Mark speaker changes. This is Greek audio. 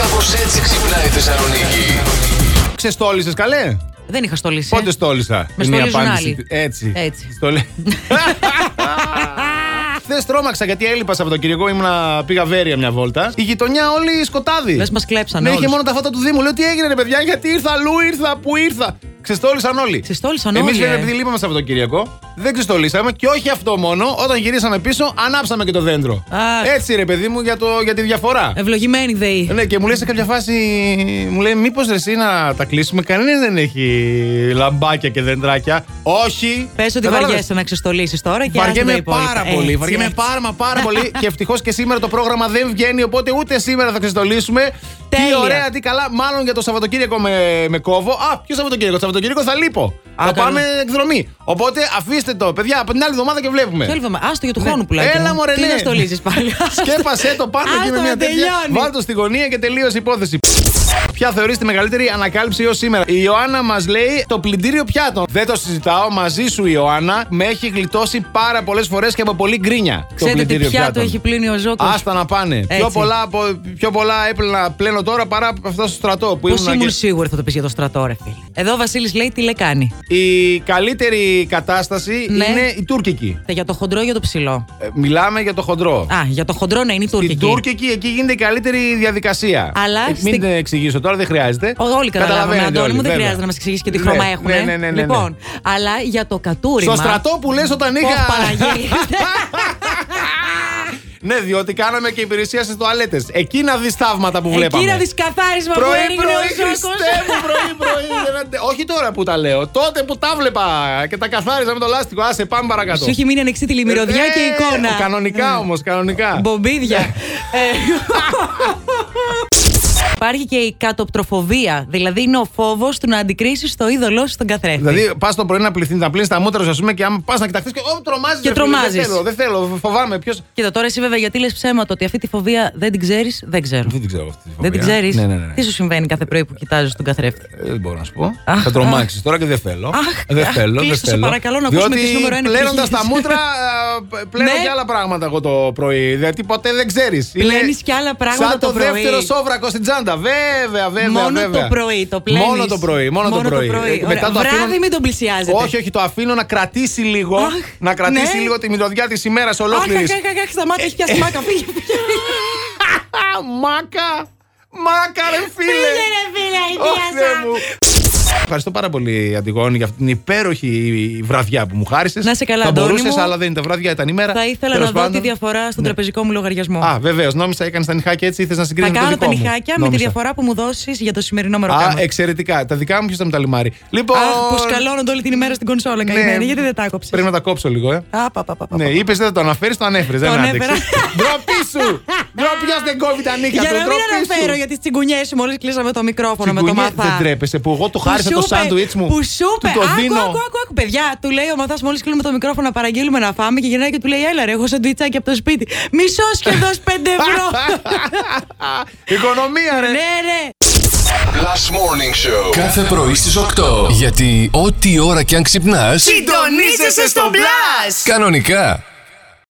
Speaker 1: Κάπως έτσι ξυπνάει η Θεσσαλονίκη.
Speaker 2: Ξεστόλισε καλέ.
Speaker 3: Δεν είχα στολίσει. ε.
Speaker 2: Πότε στόλισα.
Speaker 3: Με
Speaker 2: Είναι η
Speaker 3: στολίζουν
Speaker 2: απάντηση.
Speaker 3: άλλοι.
Speaker 2: Έτσι.
Speaker 3: Έτσι.
Speaker 2: Στολί... Χθες τρόμαξα γιατί έλειπα Σαββατοκύριακο. Ήμουνα, πήγα βέρεια μια βόλτα. Η γειτονιά όλη σκοτάδι.
Speaker 3: Λες μας κλέψανε
Speaker 2: Ναι, είχε
Speaker 3: όλους.
Speaker 2: μόνο τα φώτα του Δήμου. Λέω τι έγινε, ρε παιδιά, γιατί ήρθα, αλλού ήρθα, πού ήρθα. Ξεστόλισαν όλοι.
Speaker 3: Ξεστόλισαν
Speaker 2: Εμείς,
Speaker 3: όλοι,
Speaker 2: βέβαια,
Speaker 3: ε.
Speaker 2: επειδή λείπαμε Σαββατοκύριακο, δεν ξεστολίσαμε και όχι αυτό μόνο. Όταν γυρίσαμε πίσω, ανάψαμε και το δέντρο.
Speaker 3: Αχ. Ε,
Speaker 2: Έτσι, ρε παιδί μου, για, το, για τη διαφορά.
Speaker 3: Ευλογημένη ΔΕΗ.
Speaker 2: Ναι, και μου λέει σε κάποια φάση, μου λέει, μήπως ρε εσύ να τα κλείσουμε. Κανένας δεν έχει λαμπάκια και δεντράκια. Όχι.
Speaker 3: Πες ότι
Speaker 2: Κατάλαβες.
Speaker 3: βαριέσαι να ξεστολίσεις τώρα και άσε τα
Speaker 2: Ε, Βαριέμαι
Speaker 3: υπόλοιπα.
Speaker 2: πάρα
Speaker 3: Έτσι,
Speaker 2: πολύ. Βαριέμαι
Speaker 3: έτσι.
Speaker 2: πάρα μα πάρα πολύ. Και ευτυχώς και σήμερα το πρόγραμμα δεν βγαίνει, οπότε ούτε σήμερα θα ξεστολίσουμε. Τι
Speaker 3: Τέλεια.
Speaker 2: ωραία, τι καλά. Μάλλον για το Σαββατοκύριακο με, με κόβω. Α, ποιο Σαββατοκύριακο. Το Σαββατοκύριακο θα λείπω. θα
Speaker 3: καλά.
Speaker 2: πάμε εκδρομή. Οπότε αφήστε το, παιδιά, από την άλλη εβδομάδα και βλέπουμε.
Speaker 3: Θέλουμε, άστο για του χρόνου πουλάκι.
Speaker 2: Ναι. Έλα,
Speaker 3: μου.
Speaker 2: μωρέ,
Speaker 3: Τι
Speaker 2: ναι.
Speaker 3: να στολίζεις πάλι.
Speaker 2: Σκέπασέ το πάνω εκεί
Speaker 3: Άστο
Speaker 2: με
Speaker 3: να
Speaker 2: μια τέτοια.
Speaker 3: τελειώνει.
Speaker 2: Βάλ το στη γωνία και τελείωσε η υπόθεση. Ποια θεωρείς τη μεγαλύτερη ανακάλυψη έως σήμερα. Η Ιωάννα μας λέει το πλυντήριο πιάτων. Δεν το συζητάω μαζί σου, Ιωάννα. Με έχει γλιτώσει πάρα πολλές φορές και από πολύ γκρίνια.
Speaker 3: Ξέρετε τι πιάτο έχει πλύνει ο Ζώκος.
Speaker 2: Άστα να πάνε. Πιο πολλά, από- πιο πολλά έπλαινα, πλένω τώρα παρά από αυτά στο στρατό που
Speaker 3: Πώς
Speaker 2: ήμουν
Speaker 3: ήμουν
Speaker 2: και-
Speaker 3: σίγουρη θα το πεις για το στρατό, ρε φίλε. Εδώ ο Βασίλης λέει τι λεκάνη.
Speaker 2: Η καλύτερη κατάσταση
Speaker 3: Ναι.
Speaker 2: είναι η τουρκική.
Speaker 3: Ε, Για το χοντρό ή για το ψηλό.
Speaker 2: Ε, μιλάμε για το χοντρό.
Speaker 3: Α, για το χοντρό να είναι η
Speaker 2: Στην
Speaker 3: τουρκική.
Speaker 2: τουρκική εκεί γίνεται η καλύτερη διαδικασία.
Speaker 3: Αλλά
Speaker 2: Ε, Μην
Speaker 3: στην-
Speaker 2: την εξηγήσω τώρα, δεν χρειάζεται.
Speaker 3: Ο- Όλοι καταλαβαίνουμε,
Speaker 2: Καταλαβαίνετε
Speaker 3: Αντώνη
Speaker 2: όλοι,
Speaker 3: μου, δεν
Speaker 2: βέβαια.
Speaker 3: χρειάζεται να μας εξηγήσεις και τι
Speaker 2: Ναι,
Speaker 3: χρώμα έχουν.
Speaker 2: Ναι, ναι, ναι, ναι, ναι.
Speaker 3: Λοιπόν, αλλά για το κατούριμα.
Speaker 2: Στο στρατό που λες όταν
Speaker 3: Ωχ,
Speaker 2: είχα.
Speaker 3: Παναγία.
Speaker 2: ναι, διότι κάναμε και υπηρεσία στις τουαλέτες. Εκεί να δεις θαύματα που βλέπαμε.
Speaker 3: Εκεί να δεις καθάρισμα που
Speaker 2: Πρωί,
Speaker 3: έγινε
Speaker 2: πρωί,
Speaker 3: ο Ζώκος.
Speaker 2: Χριστέ μου, πρωί, πρωί. δεν αντε- Όχι τώρα που τα λέω. Τότε που τα βλέπα και τα καθάριζα με το λάστιχο. Άσε, πάμε παρακάτω.
Speaker 3: Σου έχει μείνει ανοιχτή τη λιμυρωδιά και η
Speaker 2: Ε,
Speaker 3: εικόνα. Ναι.
Speaker 2: Κανονικά Ναι. όμως, κανονικά.
Speaker 3: Μπομπίδια. Ε, Υπάρχει και η κατοπτροφοβία. Δηλαδή είναι ο φόβος του να αντικρίσεις το είδωλό σου στον καθρέφτη.
Speaker 2: Δηλαδή, πας το πρωί να πληθεί, να πλύνεις τα μούτρα σου, ας πούμε, και άμα πας να κοιταχτεί και. Ω, τρομάζεις.
Speaker 3: Και τρομάζεις.
Speaker 2: Δεν θέλω, δεν θέλω, φοβάμαι. Ποιος.
Speaker 3: Κοίτα, τώρα εσύ βέβαια γιατί λες ψέματα ότι αυτή τη φοβία δεν την ξέρεις, δεν ξέρω.
Speaker 2: την ξέρω αυτή.
Speaker 3: Δεν την ξέρεις.
Speaker 2: Ναι, ναι, ναι.
Speaker 3: Τι σου συμβαίνει κάθε πρωί που κοιτάζεις τον καθρέφτη.
Speaker 2: Ε, δεν μπορώ να σου πω.
Speaker 3: Αχ,
Speaker 2: θα τρομάξεις τώρα και δεν θέλω. Ε,
Speaker 3: αχ,
Speaker 2: δεν
Speaker 3: αχ,
Speaker 2: θέλω. δεν
Speaker 3: κλείστο, σε
Speaker 2: θέλω.
Speaker 3: παρακαλώ, να ακούσουμε τις νούμερο ένα
Speaker 2: Πλένοντας τα
Speaker 3: επιτυχίες.
Speaker 2: μούτρα, α, πλένω
Speaker 3: Ναι.
Speaker 2: και άλλα πράγματα εγώ το πρωί. Δηλαδή ποτέ δεν ξέρεις.
Speaker 3: Πλένεις και άλλα πράγματα
Speaker 2: Σαν
Speaker 3: το
Speaker 2: το,
Speaker 3: πρωί.
Speaker 2: δεύτερο σόβρακο στην τσάντα. Βέβαια, βέβαια.
Speaker 3: Μόνο
Speaker 2: βέβαια.
Speaker 3: το πρωί το πλένεις.
Speaker 2: Μόνο το πρωί. Μόνο,
Speaker 3: Μόνο το πρωί.
Speaker 2: Ε,
Speaker 3: Ωραία. Βράδυ μην τον πλησιάζετε.
Speaker 2: Όχι, όχι, το αφήνω να κρατήσει λίγο.
Speaker 3: Αχ,
Speaker 2: να κρατήσει
Speaker 3: ναι.
Speaker 2: λίγο τη μυρωδιά της ημέρας
Speaker 3: Αχ, αχ,
Speaker 2: ολόκληρη.
Speaker 3: αχ, αχ, σταμάτα, έχει πιάσει μάκα. Φύγε, φύγε.
Speaker 2: Μάκα! Μάκα, ρε
Speaker 3: Φύγε,
Speaker 2: φίλε!
Speaker 3: ρε φίλε, η
Speaker 2: Ω,
Speaker 3: θεία
Speaker 2: Θεέ
Speaker 3: σας.
Speaker 2: μου. Ευχαριστώ πάρα πολύ, Αντιγόνη, για αυτή την υπέροχη βραδιά που μου χάρισες.
Speaker 3: Να είσαι καλά,
Speaker 2: Θα
Speaker 3: Αντώνη
Speaker 2: μπορούσες,
Speaker 3: μου.
Speaker 2: αλλά δεν ήταν βραδιά, ήταν ημέρα.
Speaker 3: Θα ήθελα να
Speaker 2: Τέλος
Speaker 3: δω τη
Speaker 2: πάντων. Ναι.
Speaker 3: διαφορά στον τραπεζικό μου λογαριασμό.
Speaker 2: Α, βεβαίως, νόμιζα έκανες τα νυχάκια έτσι, ήθελες να
Speaker 3: Θα
Speaker 2: συγκρίνεις
Speaker 3: κάνω
Speaker 2: το
Speaker 3: τα
Speaker 2: δικό μου.
Speaker 3: νυχάκια με τη
Speaker 2: Νόμιζα.
Speaker 3: διαφορά που μου δώσεις για το σημερινό
Speaker 2: Α,
Speaker 3: μεροκάμα.
Speaker 2: εξαιρετικά. Τα δικά μου ποιος θα με τα λιμάρει. Λοιπόν.
Speaker 3: Αχ, πω καλώνονται όλη την ημέρα στην κονσόλα.
Speaker 2: ναι,
Speaker 3: Καλημέρα, γιατί δεν τα άκοψε.
Speaker 2: Πρέπει να τα κόψω λίγο, ε. Ναι, είπε δεν θα το αναφέρει, το ανέφερε.
Speaker 3: Το
Speaker 2: Δεν
Speaker 3: ανέφερα.
Speaker 2: άντεξες. Ντροπή σου! Ντροπή ποιος δεν κόβει τα νύχια
Speaker 3: Για
Speaker 2: του.
Speaker 3: να μην
Speaker 2: ντροπή σου.
Speaker 3: αναφέρω για τι τσιγκουνιέ σου, μόλις κλείσαμε το μικρόφωνο με το
Speaker 2: Τσιγκουνιέ,
Speaker 3: μαθά.
Speaker 2: Δεν τρέπεσαι που εγώ του
Speaker 3: Που
Speaker 2: χάρισα
Speaker 3: σου
Speaker 2: το
Speaker 3: είπε-
Speaker 2: σάντουιτ μου.
Speaker 3: Που σου
Speaker 2: του
Speaker 3: είπε,
Speaker 2: το
Speaker 3: άκου,
Speaker 2: δίνω.
Speaker 3: άκου, άκου, άκου, παιδιά. Του λέει ο μαθάς, μόλις κλείνουμε το μικρόφωνο να παραγγείλουμε να φάμε και γυρνάει και του λέει, Έλα, ρε, έχω σαντουιτσάκι από το σπίτι. Μισό σχεδόν 5 ευρώ.
Speaker 2: Οικονομία, ρε.
Speaker 3: Ναι, ναι.
Speaker 1: Last Morning Show.
Speaker 4: Κάθε πρωί στις 8. Γιατί ό,τι ώρα κι αν ξυπνάς,
Speaker 5: Συντονίζεσαι στο μπλα!
Speaker 4: κανονικά.